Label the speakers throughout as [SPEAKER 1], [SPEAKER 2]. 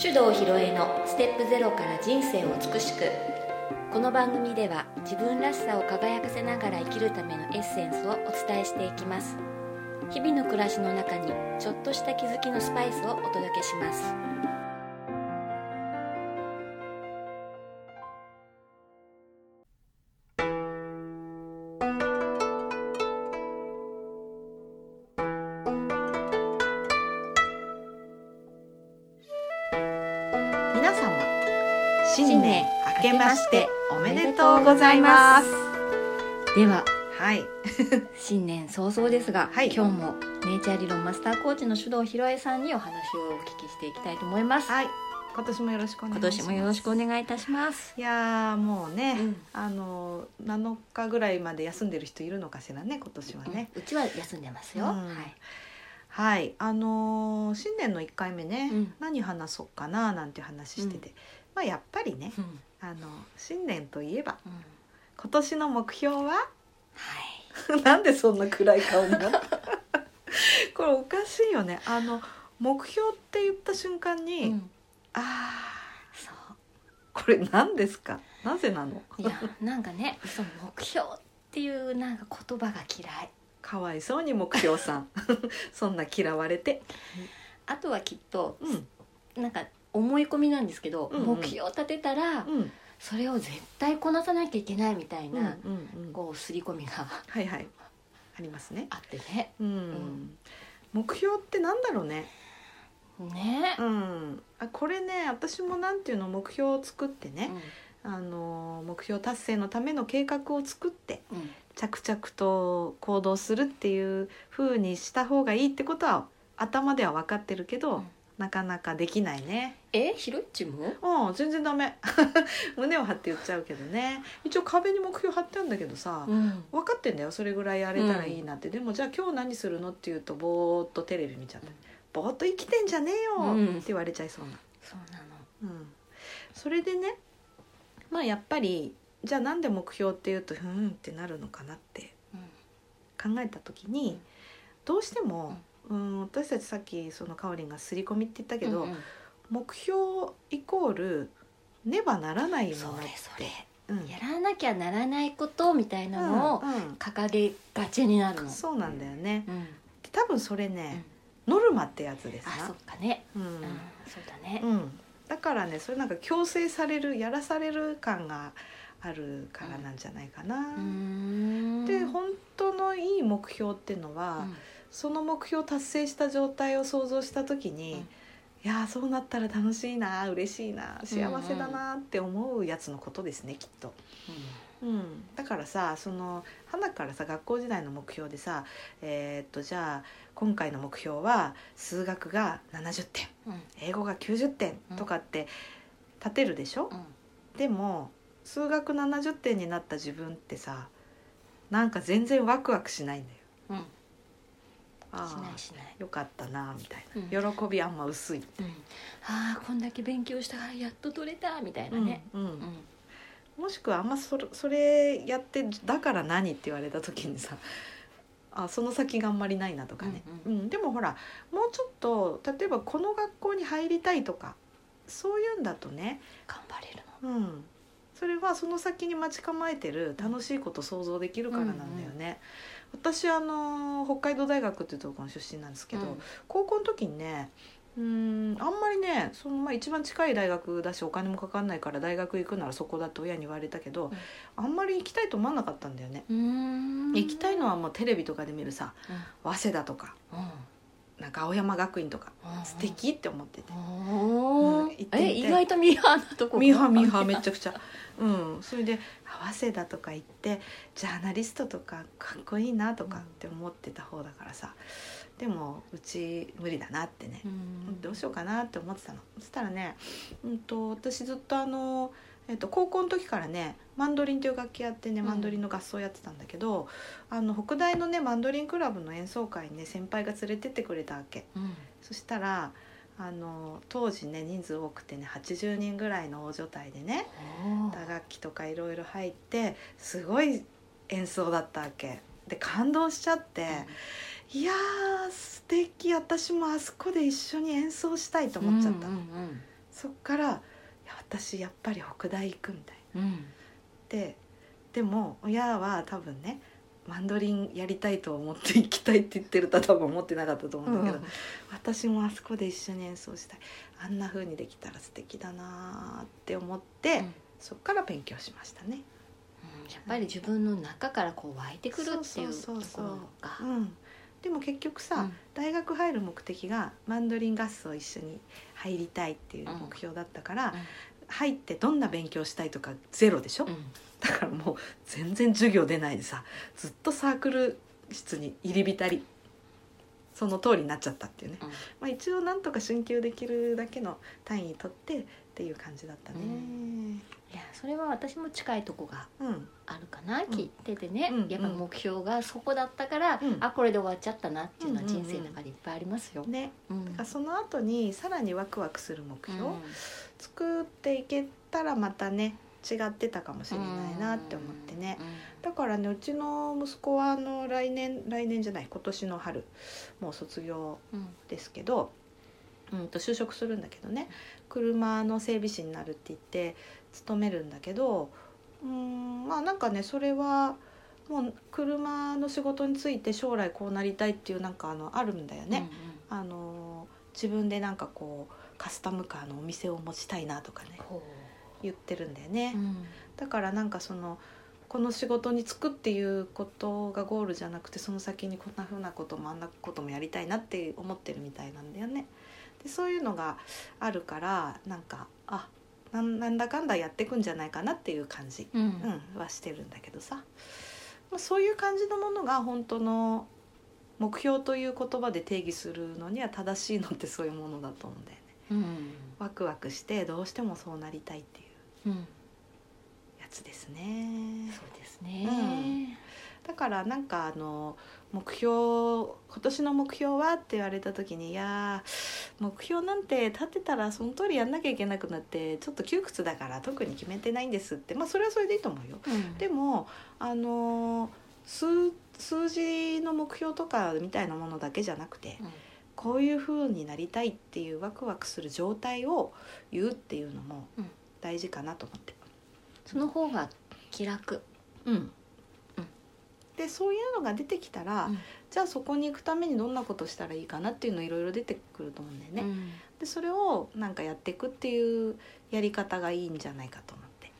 [SPEAKER 1] 手動ひろえのステップゼロから人生を美しくこの番組では自分らしさを輝かせながら生きるためのエッセンスをお伝えしていきます日々の暮らしの中にちょっとした気づきのスパイスをお届けします
[SPEAKER 2] 皆様新年明けましておめでとうございます
[SPEAKER 1] では
[SPEAKER 2] はい
[SPEAKER 1] 新年早々ですが、
[SPEAKER 2] はい
[SPEAKER 1] 今日もネイチャー理論マスターコーチの手動ひろえさんにお話をお聞きしていきたいと思います、
[SPEAKER 2] はい今年もよろしくお
[SPEAKER 1] 今
[SPEAKER 2] 願いします
[SPEAKER 1] 年もよろしくお願いいたします
[SPEAKER 2] いやーもうね、
[SPEAKER 1] うん
[SPEAKER 2] あの7日ぐらいまで休んでる人いるのかしらね今年はね、
[SPEAKER 1] うんうちは休んでますよ、
[SPEAKER 2] うん
[SPEAKER 1] はい
[SPEAKER 2] はいあのー新年の1回目ね、
[SPEAKER 1] うん
[SPEAKER 2] 何話そうかななんて話してて、まあやっぱりね
[SPEAKER 1] うん
[SPEAKER 2] あの新年といえば
[SPEAKER 1] うん
[SPEAKER 2] 今年の目標は
[SPEAKER 1] はい
[SPEAKER 2] なんでそんな暗い顔が これおかしいよねあの目標って言った瞬間に、
[SPEAKER 1] うん
[SPEAKER 2] あ
[SPEAKER 1] そ
[SPEAKER 2] ーこれ何ですかなぜなの
[SPEAKER 1] ういやなんかねその目標っていうなんか言葉が嫌い
[SPEAKER 2] かわいそうに目標さん そんな嫌われて
[SPEAKER 1] あとはきっと
[SPEAKER 2] うん
[SPEAKER 1] なんか思い込みなんですけど、
[SPEAKER 2] うんうん
[SPEAKER 1] 目標を立てたら
[SPEAKER 2] うん
[SPEAKER 1] それを絶対こなさなきゃいけないみたい
[SPEAKER 2] うんうん
[SPEAKER 1] な、
[SPEAKER 2] うん
[SPEAKER 1] こう刷り込みが
[SPEAKER 2] はいはいありますね
[SPEAKER 1] あってね
[SPEAKER 2] うん、
[SPEAKER 1] ん
[SPEAKER 2] 目標ってなんだろうね
[SPEAKER 1] ね
[SPEAKER 2] うんあこれね私もなんていうの目標を作ってね、あの目標達成のための計画を作って
[SPEAKER 1] うんうん
[SPEAKER 2] 着々と行動するっていう風にした方がいいってことは頭では分かってるけど、
[SPEAKER 1] うん
[SPEAKER 2] なかなかできないね
[SPEAKER 1] えひろっちも
[SPEAKER 2] うん全然ダメ 胸を張って言っちゃうけどね一応壁に目標貼ってあるんだけどさ、
[SPEAKER 1] うん
[SPEAKER 2] 分かってんだよそれぐらいやれたらいいなって、でもじゃあ今日何するのって言うとぼーっとテレビ見ちゃった、
[SPEAKER 1] うん
[SPEAKER 2] ぼーっと生きてんじゃねえよ、
[SPEAKER 1] うん
[SPEAKER 2] って言われちゃいそうな、
[SPEAKER 1] そうなの
[SPEAKER 2] うん、それでねまあやっぱりじゃあなんで目標っていうとふーんってなるのかなって考えた時
[SPEAKER 1] う
[SPEAKER 2] に、
[SPEAKER 1] ん
[SPEAKER 2] どうしても、うん、私たちさっきそのかおりんが刷り込みって言ったけど、
[SPEAKER 1] うんうん
[SPEAKER 2] 目標イコールねばならない
[SPEAKER 1] そ
[SPEAKER 2] もの
[SPEAKER 1] れそれ
[SPEAKER 2] うん
[SPEAKER 1] やらなきゃならないことみたいなのを
[SPEAKER 2] うん
[SPEAKER 1] 掲げがちになる
[SPEAKER 2] うん
[SPEAKER 1] の
[SPEAKER 2] そうなんだよね、
[SPEAKER 1] うん
[SPEAKER 2] 多分それね、ノルマってやつです
[SPEAKER 1] あそ
[SPEAKER 2] な
[SPEAKER 1] っかね
[SPEAKER 2] う
[SPEAKER 1] うんんそうだね
[SPEAKER 2] うんだからねそれなんか強制されるやらされる感があるからなんじゃないかな、
[SPEAKER 1] うん
[SPEAKER 2] で本当のいい目標ってのは、
[SPEAKER 1] うん
[SPEAKER 2] その目標を達成した状態を想像した時に、
[SPEAKER 1] うん
[SPEAKER 2] いやーそうなったら楽しいな嬉しいな幸せだなって思うやつのことですね、きっと、うん、だからさその花からさ学校時代の目標でさえーっとじゃあ今回の目標は数学が70点
[SPEAKER 1] うんうん
[SPEAKER 2] 英語が90点
[SPEAKER 1] うん
[SPEAKER 2] とかって立てるでしょ、
[SPEAKER 1] うん
[SPEAKER 2] でも数学70点になった自分ってさなんか全然ワクワクしないんだよ。
[SPEAKER 1] うん
[SPEAKER 2] あー
[SPEAKER 1] しないしない、
[SPEAKER 2] よかったなみたい
[SPEAKER 1] うん
[SPEAKER 2] な喜びあんま薄い、
[SPEAKER 1] うん、ああこんだけ勉強したからやっと取れたみたいなね、
[SPEAKER 2] うん
[SPEAKER 1] うん
[SPEAKER 2] もしくはあんまそれそれやってだから何って言われた時にさあその先があんまりないなとかね、
[SPEAKER 1] う
[SPEAKER 2] うんんでもほらもうちょっと例えばこの学校に入りたいとかそういうんだとね、
[SPEAKER 1] 頑張れるの
[SPEAKER 2] うん、それはその先に待ち構えてる楽しいこと想像できるからなんだよね。私あの北海道大学っていうところの出身なんですけど、
[SPEAKER 1] うん
[SPEAKER 2] 高校の時にねうーんあんまりねその、まあ、一番近い大学だしお金もかかんないから大学行くならそこだって親に言われたけど、あんまり行きたいと思わなかったんだよね。
[SPEAKER 1] うーん
[SPEAKER 2] 行きたいのはもうテレビとかで見るさ
[SPEAKER 1] うん
[SPEAKER 2] 早稲田とか
[SPEAKER 1] う
[SPEAKER 2] なんか青山学院とか
[SPEAKER 1] んうん
[SPEAKER 2] 素敵って思ってて。
[SPEAKER 1] お
[SPEAKER 2] うん
[SPEAKER 1] ー
[SPEAKER 2] 行ってみたい
[SPEAKER 1] え意外とミーハーなとこ
[SPEAKER 2] ミーハーミーハーめちゃくちゃうんそれで早稲田とか行ってジャーナリストとかかっこいいなとかって思ってた方だからさでもうち無理だなってね
[SPEAKER 1] うん
[SPEAKER 2] どうしようかなって思ってたのそしたらね、うん、と私ずっとあの、えっと高校の時からねマンドリンという楽器やってね
[SPEAKER 1] うん
[SPEAKER 2] マンドリンの合奏やってたんだけど、あの北大のねマンドリンクラブの演奏会にね先輩が連れてってくれたわけ
[SPEAKER 1] うん
[SPEAKER 2] そしたらあの当時ね人数多くてね80人ぐらいの大所帯でね
[SPEAKER 1] おー
[SPEAKER 2] 打楽器とかいろいろ入ってすごい演奏だったわけで感動しちゃって。いやー素敵私もあそこで一緒に演奏したいと思っちゃった、
[SPEAKER 1] うんうんうん
[SPEAKER 2] そっからいや私やっぱり北大行くみたいな
[SPEAKER 1] うん
[SPEAKER 2] ででも親は多分ねマンドリンやりたいと思って行きたいって言ってるとは多分思ってなかったと思うんだけど、私もあそこで一緒に演奏したいあんな風にできたら素敵だなーって思って、
[SPEAKER 1] うん
[SPEAKER 2] そっから勉強しましたね。
[SPEAKER 1] やっぱり自分の中からこう湧いてくるっていうと
[SPEAKER 2] そ
[SPEAKER 1] こ
[SPEAKER 2] う
[SPEAKER 1] ろ
[SPEAKER 2] そう
[SPEAKER 1] が
[SPEAKER 2] そううん、でも結局さ、大学入る目的がマンドリン合奏一緒に入りたいっていう目標だったから、
[SPEAKER 1] うんうん
[SPEAKER 2] 入ってどんな勉強したいとかゼロでしょ、
[SPEAKER 1] うん
[SPEAKER 2] だからもう全然授業出ないでさずっとサークル室に入り浸りその通りになっちゃったっていうね、まあ、一応なんとか進級できるだけの単位取ってっていう感じだったね。
[SPEAKER 1] いやそれは私も近いとこが
[SPEAKER 2] うん、
[SPEAKER 1] あるかな、聞いててね、
[SPEAKER 2] うん
[SPEAKER 1] やっぱ目標がそこだったから、
[SPEAKER 2] うん
[SPEAKER 1] あこれで終わっちゃったなっていうのは
[SPEAKER 2] うんうんう
[SPEAKER 1] 人
[SPEAKER 2] ん
[SPEAKER 1] 生の中でいっぱいありますよ。
[SPEAKER 2] ね
[SPEAKER 1] うん
[SPEAKER 2] だからその後にさらにワクワクする目標、作っていけたらまたね違ってたかもしれないなって思ってね、だからねうちの息子はあの来年来年じゃない今年の春もう卒業
[SPEAKER 1] うんうん
[SPEAKER 2] ですけど、うん、と就職するんだけどね車の整備士になるって言って勤めるんだけどうんまあなんかねそれはもう車の仕事について将来こうなりたいっていうなんかあのあるんだよね。あの自分でなんかこうカスタムカーのお店を持ちたいなとかね
[SPEAKER 1] うんこ
[SPEAKER 2] 言ってるんだよね、
[SPEAKER 1] ううん
[SPEAKER 2] だからなんかそのこの仕事に就くっていうことがゴールじゃなくてその先にこんなふうなこともあんなこともやりたいなって思ってるみたいなんだよね。でそういうのがあるからなんかあなんなんだかんだやってくんじゃないかなっていう感じ、
[SPEAKER 1] うん
[SPEAKER 2] うん、はしてるんだけどさ、まあ、そういう感じのものが本当の目標という言葉で定義するのには正しいのってそういうものだと思うんだよね。
[SPEAKER 1] うん
[SPEAKER 2] ワクワクしてどうしてもそうなりたいっていう
[SPEAKER 1] うん
[SPEAKER 2] やつですね。
[SPEAKER 1] そうですね、
[SPEAKER 2] うんだからなんかあの目標今年の目標はって言われた時にいやー目標なんて立てたらその通りやんなきゃいけなくなってちょっと窮屈だから特に決めてないんですってまあそれはそれでいいと思うよ。
[SPEAKER 1] うん
[SPEAKER 2] でもあのー数数字の目標とかみたいなものだけじゃなくて
[SPEAKER 1] うん
[SPEAKER 2] こういう風になりたいっていうワクワクする状態を言うっていうのも
[SPEAKER 1] うん
[SPEAKER 2] 大事かなと思って。
[SPEAKER 1] その方が気楽、
[SPEAKER 2] うんでそういうのが出てきたら、
[SPEAKER 1] うん
[SPEAKER 2] じゃあそこに行くためにどんなことしたらいいかなっていうのいろいろ出てくると思うんだよね。
[SPEAKER 1] うん
[SPEAKER 2] でそれをなんかやっていくっていうやり方がいいんじゃないかと思って。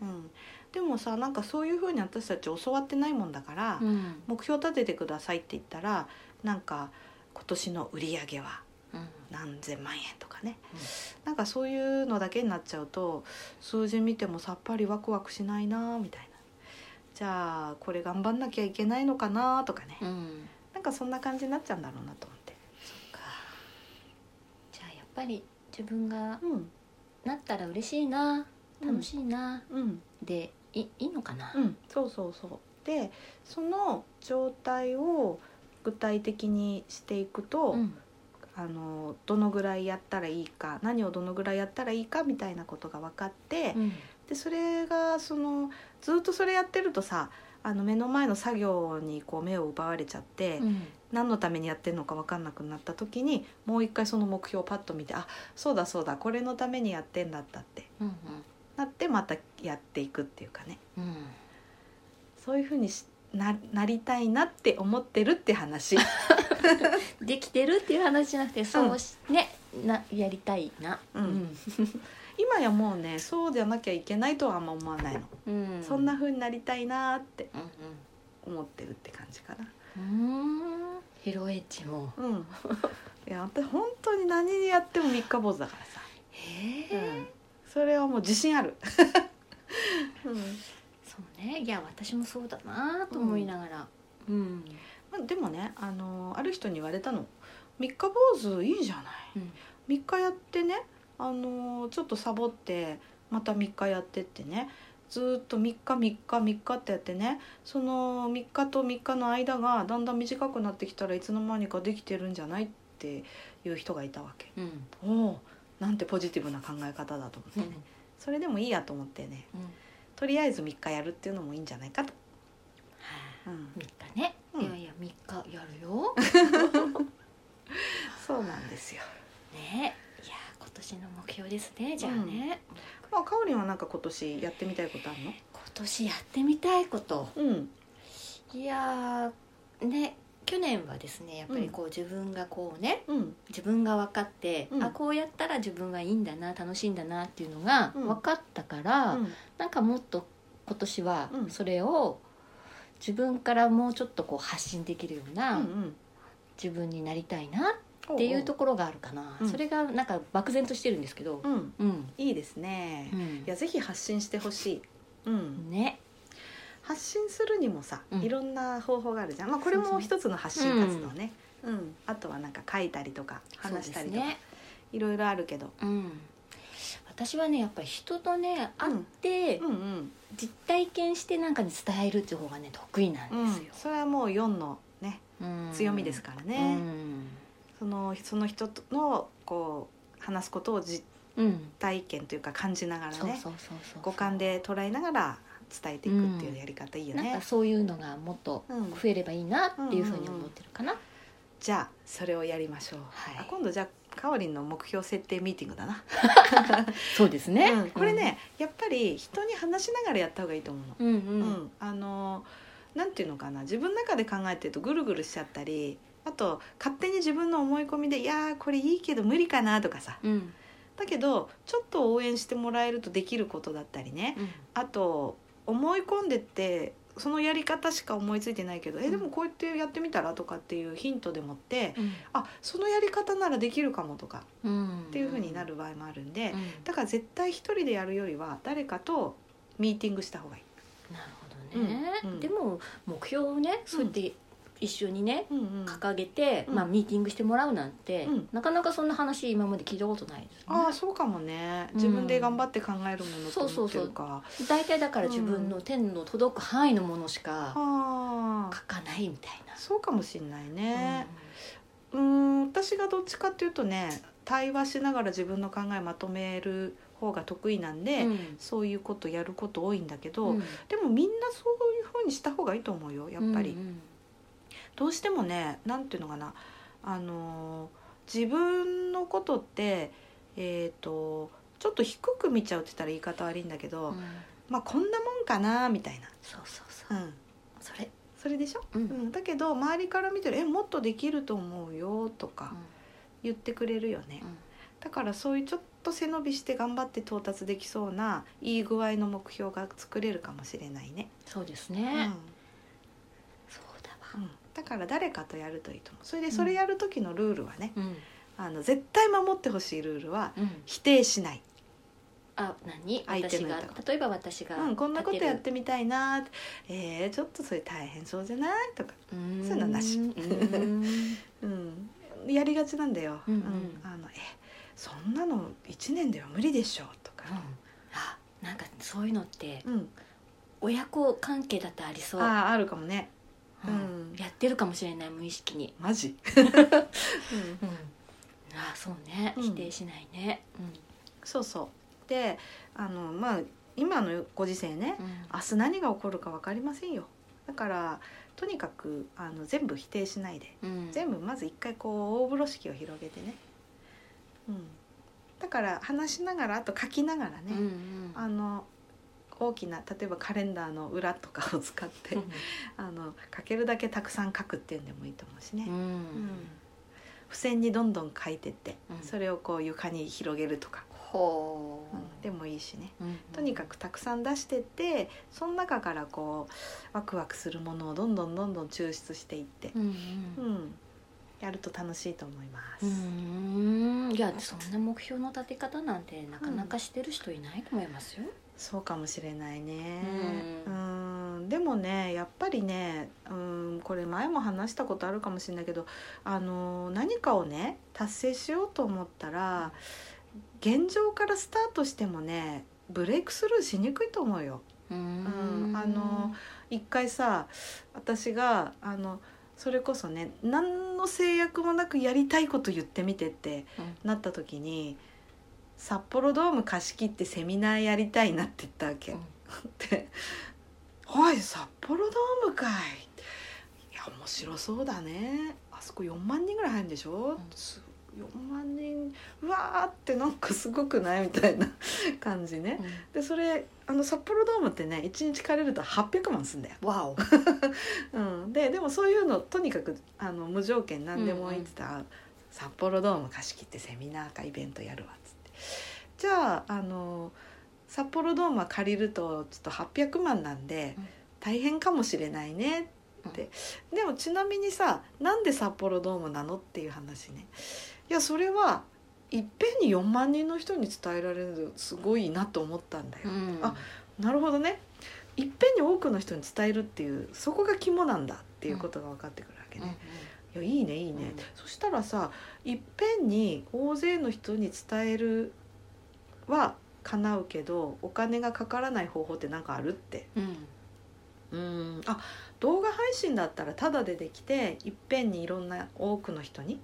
[SPEAKER 1] うん
[SPEAKER 2] うん、でもさなんかそういうふうに私たち教わってないもんだから、
[SPEAKER 1] うん
[SPEAKER 2] 目標立ててくださいって言ったらなんか今年の売り上げは
[SPEAKER 1] うん
[SPEAKER 2] 何千万円とかね、
[SPEAKER 1] うん
[SPEAKER 2] なんかそういうのだけになっちゃうと数字見てもさっぱりワクワクしないなみたいなじゃあこれ頑張んなきゃいけないのかなとかね、
[SPEAKER 1] うん
[SPEAKER 2] なんかそんな感じになっちゃうんだろうなと思って、
[SPEAKER 1] じゃあやっぱり自分が
[SPEAKER 2] うん
[SPEAKER 1] なったら嬉しいな楽しいな、
[SPEAKER 2] うん
[SPEAKER 1] でいいいのかな、
[SPEAKER 2] うん、そうそうそうでその状態を具体的にしていくと、
[SPEAKER 1] うん
[SPEAKER 2] あのどのぐらいやったらいいか何をどのぐらいやったらいいかみたいなことが分かって、
[SPEAKER 1] うん
[SPEAKER 2] でそれがそのずっとそれやってるとさあの目の前の作業にこう目を奪われちゃって、
[SPEAKER 1] うん
[SPEAKER 2] 何のためにやってるのか分かんなくなった時にもう一回その目標をパッと見てあそうだそうだこれのためにやってんだったって
[SPEAKER 1] うん
[SPEAKER 2] なってまたやっていくっていうかね
[SPEAKER 1] うん
[SPEAKER 2] そういうふうにしななりたいなって思ってるっ て話
[SPEAKER 1] うんできてるっていう話じゃなくてそうし、ねなやりたいな、
[SPEAKER 2] うん今やもうねそうじゃなきゃいけないとはあんま思わないの、
[SPEAKER 1] うんうん、
[SPEAKER 2] そんなふうになりたいなって
[SPEAKER 1] うん
[SPEAKER 2] 思ってるって感じか
[SPEAKER 1] う
[SPEAKER 2] な。
[SPEAKER 1] んうーんヒロエッチも
[SPEAKER 2] うん、いや私本当に何にやっても三日坊主だからさ、
[SPEAKER 1] へ
[SPEAKER 2] う
[SPEAKER 1] え、
[SPEAKER 2] ん、それはもう自信ある、 うん
[SPEAKER 1] そうねいや私もそうだなと思いながらうん、
[SPEAKER 2] まあ、でもねあのある人に言われたの「三日坊主いいじゃない
[SPEAKER 1] うん」
[SPEAKER 2] 三日やってねあのちょっとサボってまた三日やってってねずーっと三日三日三日ってやってねその三日と三日の間がだんだん短くなってきたらいつの間にかできてるんじゃないっていう人がいたわけ。
[SPEAKER 1] うん
[SPEAKER 2] おおなんてポジティブな考え方だと思って
[SPEAKER 1] うん
[SPEAKER 2] ね、それでもいいやと思ってね
[SPEAKER 1] うんは
[SPEAKER 2] とりあえず3日やるっていうのもいいんじゃないかと、
[SPEAKER 1] あ3日ね、
[SPEAKER 2] うん
[SPEAKER 1] いやいや3日やるよ
[SPEAKER 2] そうなんですよ
[SPEAKER 1] ねいや今今年の目標ですねじゃあね、
[SPEAKER 2] まあかおりんはなんか今年やってみたいことあるの
[SPEAKER 1] 今年やってみたいこと
[SPEAKER 2] うん
[SPEAKER 1] いやーね去年はですねやっぱりこう自分がこうね、
[SPEAKER 2] うん
[SPEAKER 1] 自分が分かって、
[SPEAKER 2] うん
[SPEAKER 1] あこうやったら自分はいいんだな楽しいんだなっていうのが
[SPEAKER 2] うん
[SPEAKER 1] 分かったから、
[SPEAKER 2] うん
[SPEAKER 1] なんかもっと今年は
[SPEAKER 2] うん
[SPEAKER 1] それを自分からもうちょっとこう発信できるよう
[SPEAKER 2] う
[SPEAKER 1] なん自分になりたいな
[SPEAKER 2] うん
[SPEAKER 1] っていうところがあるかな、
[SPEAKER 2] うん
[SPEAKER 1] それがなんか漠然としてるんですけど
[SPEAKER 2] おううん
[SPEAKER 1] うん、
[SPEAKER 2] いいですね
[SPEAKER 1] う
[SPEAKER 2] い
[SPEAKER 1] ん
[SPEAKER 2] やぜひ発信してほしいうん
[SPEAKER 1] ね
[SPEAKER 2] 発信するにもさ、
[SPEAKER 1] うん
[SPEAKER 2] いろんな方法があるじゃん、まあ、これ
[SPEAKER 1] そうそ
[SPEAKER 2] も
[SPEAKER 1] う
[SPEAKER 2] 一つの発信活動ねう、ん、あとはなんか書いたりとか
[SPEAKER 1] そうで
[SPEAKER 2] 話し
[SPEAKER 1] す
[SPEAKER 2] たりとか、
[SPEAKER 1] ね、
[SPEAKER 2] いろいろあるけど、
[SPEAKER 1] うん、私はねやっぱり人とね会って
[SPEAKER 2] うんうん
[SPEAKER 1] 実体験してなんかに伝えるっていう方がね得意なん
[SPEAKER 2] う
[SPEAKER 1] です
[SPEAKER 2] ん
[SPEAKER 1] よ、
[SPEAKER 2] それはもう4の、ね、
[SPEAKER 1] うん
[SPEAKER 2] 強みですから
[SPEAKER 1] う
[SPEAKER 2] ね、
[SPEAKER 1] ん
[SPEAKER 2] そのその人とのこう話すことを実
[SPEAKER 1] うん
[SPEAKER 2] 体験というか感じながらね
[SPEAKER 1] そうそうそうそう
[SPEAKER 2] 五感で捉えながら伝えていくっていうやり方いいよ
[SPEAKER 1] なん
[SPEAKER 2] ね
[SPEAKER 1] か、そういうのがもっと
[SPEAKER 2] うん
[SPEAKER 1] 増えればいいなっていうふうに思ってるかな、
[SPEAKER 2] じゃあそれをやりましょう、
[SPEAKER 1] はい
[SPEAKER 2] あ今度じゃあかおりんの目標設定ミーティングだな
[SPEAKER 1] そうですね、
[SPEAKER 2] うんこれね、やっぱり人に話しながらやった方がいいと思う
[SPEAKER 1] う
[SPEAKER 2] の。
[SPEAKER 1] んう
[SPEAKER 2] うん
[SPEAKER 1] んうん
[SPEAKER 2] あのなんていうのかな自分の中で考えてるとぐるぐるしちゃったりあと勝手に自分の思い込みで「いやーこれいいけど無理かな」とかさ
[SPEAKER 1] うん
[SPEAKER 2] だけどちょっと応援してもらえるとできることだったりね
[SPEAKER 1] うん
[SPEAKER 2] あと思い込んでってそのやり方しか思いついてないけど「えでもこうやってやってみたら?」とかっていうヒントでもって「あそのやり方ならできるかも」とか
[SPEAKER 1] うん
[SPEAKER 2] っていうふうになる場合もあるんで
[SPEAKER 1] うん、
[SPEAKER 2] だから絶対一人でやるよりは誰かとミーティングした方がいい。
[SPEAKER 1] なるほどね、
[SPEAKER 2] うんうん
[SPEAKER 1] でも目標をねそうやって一緒にね、
[SPEAKER 2] うんうん
[SPEAKER 1] 掲げて、
[SPEAKER 2] うん
[SPEAKER 1] まあ、ミーティングしてもらうなんて、
[SPEAKER 2] うん
[SPEAKER 1] なかなかそんな話今まで聞いたことないです
[SPEAKER 2] ああそうかもね。自分で頑張って考えるものと思ってるか。
[SPEAKER 1] ね大体だから自分の手の届く範囲のものしか
[SPEAKER 2] ああ
[SPEAKER 1] 書かないみたい
[SPEAKER 2] そうかもしんない
[SPEAKER 1] な、
[SPEAKER 2] ね。うーん私がどっちかっていうとね対話しながら自分の考えまとめる方が得意なんで、
[SPEAKER 1] うん
[SPEAKER 2] そういうことやること多いんだけど、
[SPEAKER 1] うん
[SPEAKER 2] でもみんなそういう風にした方がいいと思うよやっぱり。
[SPEAKER 1] うん
[SPEAKER 2] どうしてもねなんていうのかなあのー自分のことってえっ、とちょっと低く見ちゃうって言ったら言い方悪いんだけど、
[SPEAKER 1] うんうん
[SPEAKER 2] まあこんなもんかなみたい
[SPEAKER 1] そうそうそう、
[SPEAKER 2] な、うん、
[SPEAKER 1] それ、
[SPEAKER 2] それでしょ、
[SPEAKER 1] うん
[SPEAKER 2] うん、だけど周りから見てる「えもっとできると思うよ」とか言ってくれるよね、だからそういうちょっと背伸びして頑張って到達できそうないい具合の目標が作れるかもしれないね、
[SPEAKER 1] そうです
[SPEAKER 2] う
[SPEAKER 1] ね、
[SPEAKER 2] ん
[SPEAKER 1] そうだ
[SPEAKER 2] う
[SPEAKER 1] わ、
[SPEAKER 2] ん、だから誰かとやるといいと思うそれでそれやる時のルールはね、
[SPEAKER 1] うん
[SPEAKER 2] あの絶対守ってほしいルールは
[SPEAKER 1] うん、
[SPEAKER 2] 否定しない、
[SPEAKER 1] あ何
[SPEAKER 2] 相手
[SPEAKER 1] 私
[SPEAKER 2] の
[SPEAKER 1] が
[SPEAKER 2] 言ったこ
[SPEAKER 1] 例えば私が、
[SPEAKER 2] うん、こんなことやってみたいなえー、ちょっとそれ大変そうじゃないとか、
[SPEAKER 1] そう
[SPEAKER 2] そういうのなし
[SPEAKER 1] んうん
[SPEAKER 2] うん、やりがちなんだよ、
[SPEAKER 1] うんうん
[SPEAKER 2] あのえそんなの1年では無理でしょうとか、
[SPEAKER 1] あなんかそういうのって
[SPEAKER 2] うん、
[SPEAKER 1] 親子関係だってありそう、
[SPEAKER 2] あああるかもね
[SPEAKER 1] う
[SPEAKER 2] うんん
[SPEAKER 1] やってるかもしれない無意識に、
[SPEAKER 2] マ ジ、うん、
[SPEAKER 1] うん、あそうね
[SPEAKER 2] うん
[SPEAKER 1] 否定しないね、う
[SPEAKER 2] そうそうであのまあ今のご時世ね
[SPEAKER 1] んうん
[SPEAKER 2] 明日何が起こるか分かりませんよだからとにかくあの全部否定しないで
[SPEAKER 1] うん、
[SPEAKER 2] 全部まず一回こう大風呂敷を広げてね、うん、だから話しながらあと書きながらね、
[SPEAKER 1] うんうん
[SPEAKER 2] あの大きな例えばカレンダーの裏とかを使って、あの書けるだけたくさん書くっていうのでもいいと思うしね
[SPEAKER 1] う、ん
[SPEAKER 2] うん付箋にどんどん書いてって、
[SPEAKER 1] うん
[SPEAKER 2] それをこう床に広げるとか、
[SPEAKER 1] ほう、
[SPEAKER 2] うんでもいいしね
[SPEAKER 1] うん
[SPEAKER 2] とにかくたくさん出してってその中からこうワクワクするものをどんどんどんどん抽出していって
[SPEAKER 1] う、ん
[SPEAKER 2] う
[SPEAKER 1] うん
[SPEAKER 2] んやると楽しいと思います。
[SPEAKER 1] うんいやそんな目標の立て方なんてなかなかしてる人いないと思いますよ、
[SPEAKER 2] そうかもしれないね。
[SPEAKER 1] う
[SPEAKER 2] うんん、でもね、やっぱりね、うん、これ前も話したことあるかもしれないけど、あの何かをね達成しようと思ったら、現状からスタートしてもね、ブレイクスルーしにくいと思うよ。
[SPEAKER 1] うん
[SPEAKER 2] うんあの一回さ、私があのそれこそね、何の制約もなくやりたいこと言ってみてってなった時に。札幌ドーム貸し切ってセミナーやりたいなって言ったわけ、
[SPEAKER 1] うん
[SPEAKER 2] って「 おい札幌ドームかい」いや面白そうだねあそこ4万人ぐらい入るんでしょ、
[SPEAKER 1] ん
[SPEAKER 2] す4万人うわーってなんかすごくないみたいな感じねでそれあの札幌ドームってね1日借りると800万すんだよ、
[SPEAKER 1] わお
[SPEAKER 2] うん、ででもそういうのとにかくあの無条件何でもいいって言ったら札幌ドーム貸し切ってセミナーかイベントやるわ」っつってじゃああの札幌ドームは借りるとちょっと800万なんで
[SPEAKER 1] うん
[SPEAKER 2] 大変かもしれないねって、でもちなみにさなんで札幌ドームなのっていう話ねいやそれはいっぺんに4万人の人に伝えられるのすごいなと思ったんだよ、あなるほどねいっぺんに多くの人に伝えるっていうそこが肝なんだっていうことが分かってくるわけね、いやいいねいいね、
[SPEAKER 1] うん
[SPEAKER 2] そしたらさいっぺんに大勢の人に伝えるは叶うけどお金がかからない方法って何かあるって
[SPEAKER 1] うん
[SPEAKER 2] うんあ動画配信だったらタダでできていっぺんにいろんな多くの人に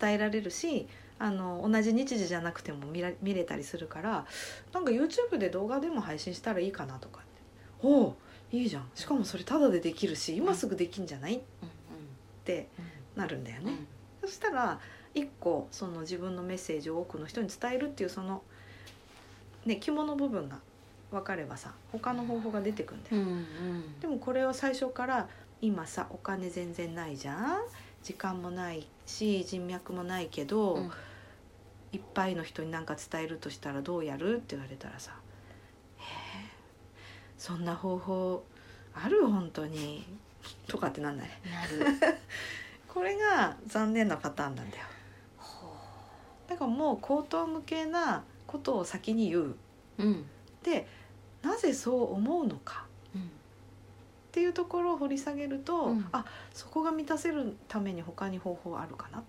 [SPEAKER 2] 伝えられるしあの同じ日時じゃなくても見ら見れたりするからなんか YouTube で動画でも配信したらいいかなとかっておおいいじゃんしかもそれタダでできるし今すぐできんじゃないってなるんだよね。そしたら一個その自分のメッセージを多くの人に伝えるっていうそのね肝の部分が分かればさ他の方法が出てくんだよ。でもこれを最初から今さお金全然ないじゃん時間もないし人脈もないけど、
[SPEAKER 1] うん
[SPEAKER 2] いっぱいの人に何か伝えるとしたらどうやるって言われたらさ「えーそんな方法ある本当に」とかってなんない
[SPEAKER 1] なる
[SPEAKER 2] これが残念なパターンなんだよ。だからもう口頭無形なことを先に言う
[SPEAKER 1] うん
[SPEAKER 2] でなぜそう思うのか
[SPEAKER 1] うん
[SPEAKER 2] っていうところを掘り下げると、
[SPEAKER 1] うん
[SPEAKER 2] あそこが満たせるために他に方法あるかな、
[SPEAKER 1] うん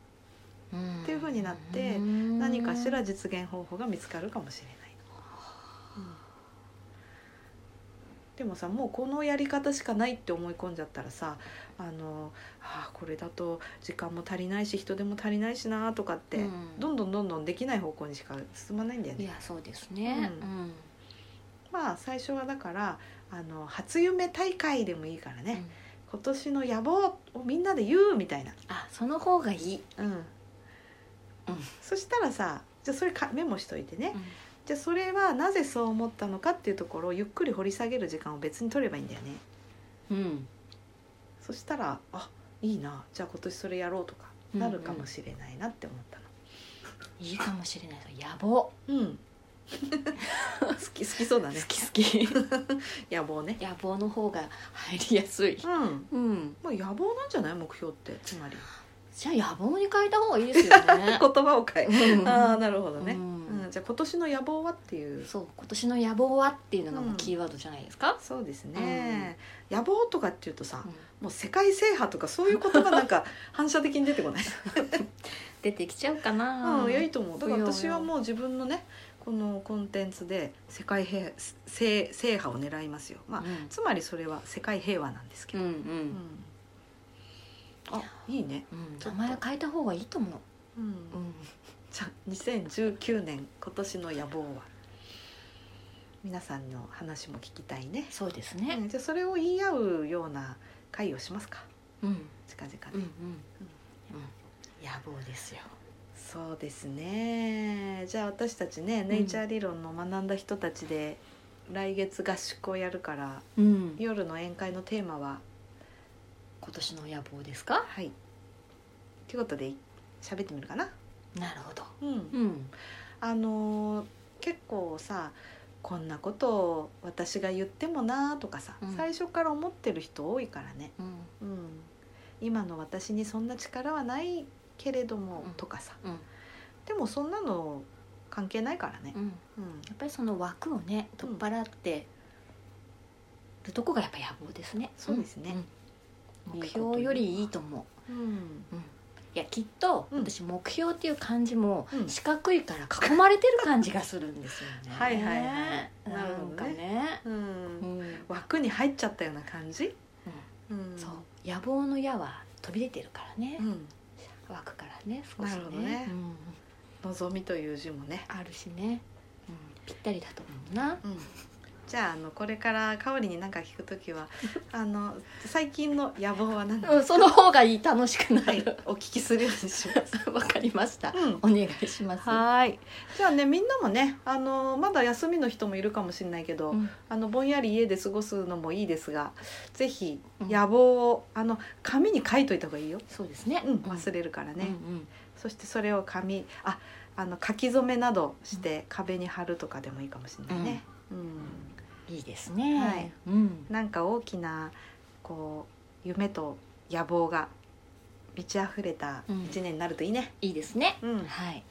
[SPEAKER 2] っていう風になって
[SPEAKER 1] うん
[SPEAKER 2] 何かしら実現方法が見つかるかもしれない。うんでもさもうこのやり方しかないって思い込んじゃったらさあの、あーこれだと時間も足りないし人手も足りないしなーとかっ
[SPEAKER 1] う
[SPEAKER 2] て、
[SPEAKER 1] ん
[SPEAKER 2] どんどんどんどんできない方向にしか進まないんだよね
[SPEAKER 1] い。やそうですねう
[SPEAKER 2] う
[SPEAKER 1] ん
[SPEAKER 2] まあ最初はだからあの初夢大会でもいいからね、
[SPEAKER 1] うん
[SPEAKER 2] 今年の野望をみんなで言うみたいな、
[SPEAKER 1] あその方がいい
[SPEAKER 2] うんそしたらさじゃあそれかメモしといてね、じゃあそれはなぜそう思ったのかっていうところをゆっくり掘り下げる時間を別に取ればいいんだよね
[SPEAKER 1] うん
[SPEAKER 2] そしたらあいいなじゃあ今年それやろうとかなるかもしれないなって思ったの。
[SPEAKER 1] いいかもしれない野望
[SPEAKER 2] うん、 好き好きそうだ
[SPEAKER 1] 好
[SPEAKER 2] ね
[SPEAKER 1] き好き
[SPEAKER 2] 野望ね
[SPEAKER 1] 野望の方が入りやすい
[SPEAKER 2] うん
[SPEAKER 1] うん
[SPEAKER 2] もう野望なんじゃない目標ってつまり
[SPEAKER 1] じゃあ野望に変えた方がいいですよね
[SPEAKER 2] 言葉を変え
[SPEAKER 1] うん
[SPEAKER 2] ああなるほどね、
[SPEAKER 1] うん
[SPEAKER 2] うん、じゃあ今年の野望はっていう
[SPEAKER 1] そう今年の野望はっていうのがもうキーワードじゃないですか、
[SPEAKER 2] そうですね、野望とかっていうとさ、
[SPEAKER 1] うん
[SPEAKER 2] もう世界制覇とかそういう言葉なんか 反射的に出てこない、
[SPEAKER 1] 出てきちゃうかな、
[SPEAKER 2] うん、いやいいと思うだから
[SPEAKER 1] うん
[SPEAKER 2] 私はもう自分のねこのコンテンツで世界平制制覇を狙いますよ、まあ
[SPEAKER 1] うん
[SPEAKER 2] つまりそれは世界平和なんですけ
[SPEAKER 1] う
[SPEAKER 2] ど、
[SPEAKER 1] んう
[SPEAKER 2] うん
[SPEAKER 1] ん
[SPEAKER 2] あいいね、
[SPEAKER 1] うん名前を変えた方がいいと思う、
[SPEAKER 2] うん
[SPEAKER 1] うん、
[SPEAKER 2] じゃあ2019年今年の野望は皆さんの話も聞きたいね
[SPEAKER 1] そうです
[SPEAKER 2] う
[SPEAKER 1] ね、
[SPEAKER 2] んじゃあそれを言い合うような会をしますか
[SPEAKER 1] うん、
[SPEAKER 2] 近々ね、
[SPEAKER 1] うんうん野望ですよ
[SPEAKER 2] そうですねじゃあ私たちねネイチャー理論の学んだ人たちで、来月合宿をやるから
[SPEAKER 1] うん
[SPEAKER 2] 夜の宴会のテーマは
[SPEAKER 1] 今年の野望ですか
[SPEAKER 2] はいということで喋ってみるかな
[SPEAKER 1] なるほど
[SPEAKER 2] うん
[SPEAKER 1] うん
[SPEAKER 2] あのー結構さこんなことを私が言ってもなーとかさ、
[SPEAKER 1] うん
[SPEAKER 2] 最初から思ってる人多いからね
[SPEAKER 1] うん
[SPEAKER 2] うん、今の私にそんな力はないけれども、
[SPEAKER 1] うん
[SPEAKER 2] とかさ
[SPEAKER 1] うん
[SPEAKER 2] でもそんなの関係ないからね
[SPEAKER 1] う、ん
[SPEAKER 2] うん
[SPEAKER 1] やっぱりその枠をね取っ払ってるとこがやっぱ野望ですね
[SPEAKER 2] そうですね
[SPEAKER 1] うん目標よりいいと思う
[SPEAKER 2] うん
[SPEAKER 1] うんいやきっと
[SPEAKER 2] うん
[SPEAKER 1] 私目標っていう漢字も
[SPEAKER 2] うん
[SPEAKER 1] 四角いから囲まれてる感じがするん ですよね。
[SPEAKER 2] はいはいはいな
[SPEAKER 1] な
[SPEAKER 2] るほ
[SPEAKER 1] ん
[SPEAKER 2] どね
[SPEAKER 1] かね。
[SPEAKER 2] う、
[SPEAKER 1] うんん、
[SPEAKER 2] 枠に入っちゃったような感じ、うん
[SPEAKER 1] そう野望の矢は飛び出てるからね、
[SPEAKER 2] うん、
[SPEAKER 1] 枠からね少し
[SPEAKER 2] な
[SPEAKER 1] ね
[SPEAKER 2] るほどね
[SPEAKER 1] うん
[SPEAKER 2] 望みという字もね、
[SPEAKER 1] あるしね、うん、ぴったりだと思うな。
[SPEAKER 2] うん、じゃああのこれからかおりに何か聞くとき はあの最近の野望は何か、
[SPEAKER 1] うん、その方がいい楽しくな
[SPEAKER 2] はい
[SPEAKER 1] る、
[SPEAKER 2] お聞きするようにしま す。
[SPEAKER 1] わかりました
[SPEAKER 2] うん
[SPEAKER 1] お願いします
[SPEAKER 2] はいじゃあねみんなもねあのまだ休みの人もいるかもしれないけど、
[SPEAKER 1] うん
[SPEAKER 2] あのぼんやり家で過ごすのもいいですがぜひ
[SPEAKER 1] うん
[SPEAKER 2] 野望を、あの紙に書いといた方がいいよ、
[SPEAKER 1] そうですね
[SPEAKER 2] うん、忘れるからね、
[SPEAKER 1] うんうん
[SPEAKER 2] そしてそれを紙ああの書き初めなどして壁に貼るとかでもいいかもしれないね、うん
[SPEAKER 1] いいですね。
[SPEAKER 2] はい
[SPEAKER 1] うん。
[SPEAKER 2] なんか大きなこう夢と野望が満ち溢れた一年になるといいね、
[SPEAKER 1] いいですね。
[SPEAKER 2] うん
[SPEAKER 1] はい。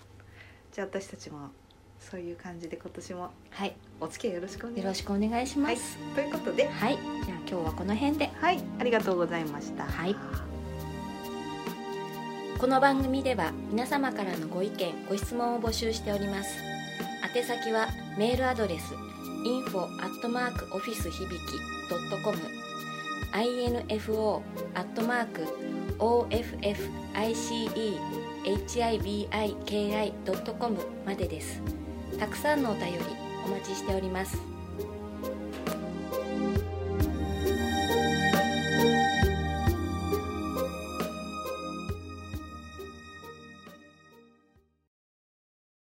[SPEAKER 2] じゃあ私たちもそういう感じで今年も
[SPEAKER 1] はい。
[SPEAKER 2] お付き合いよろしくお願い
[SPEAKER 1] よ
[SPEAKER 2] しま
[SPEAKER 1] ろ
[SPEAKER 2] す
[SPEAKER 1] しくお願いします。
[SPEAKER 2] ということで
[SPEAKER 1] はい。じゃあ今日はこの辺で。
[SPEAKER 2] はいありがとうございました
[SPEAKER 1] はいこの番組では皆様からのご意見、ご質問を募集しております。宛先はメールアドレス info office 響き .com info officehibiki.com までです。たくさんのお便りお待ちしております。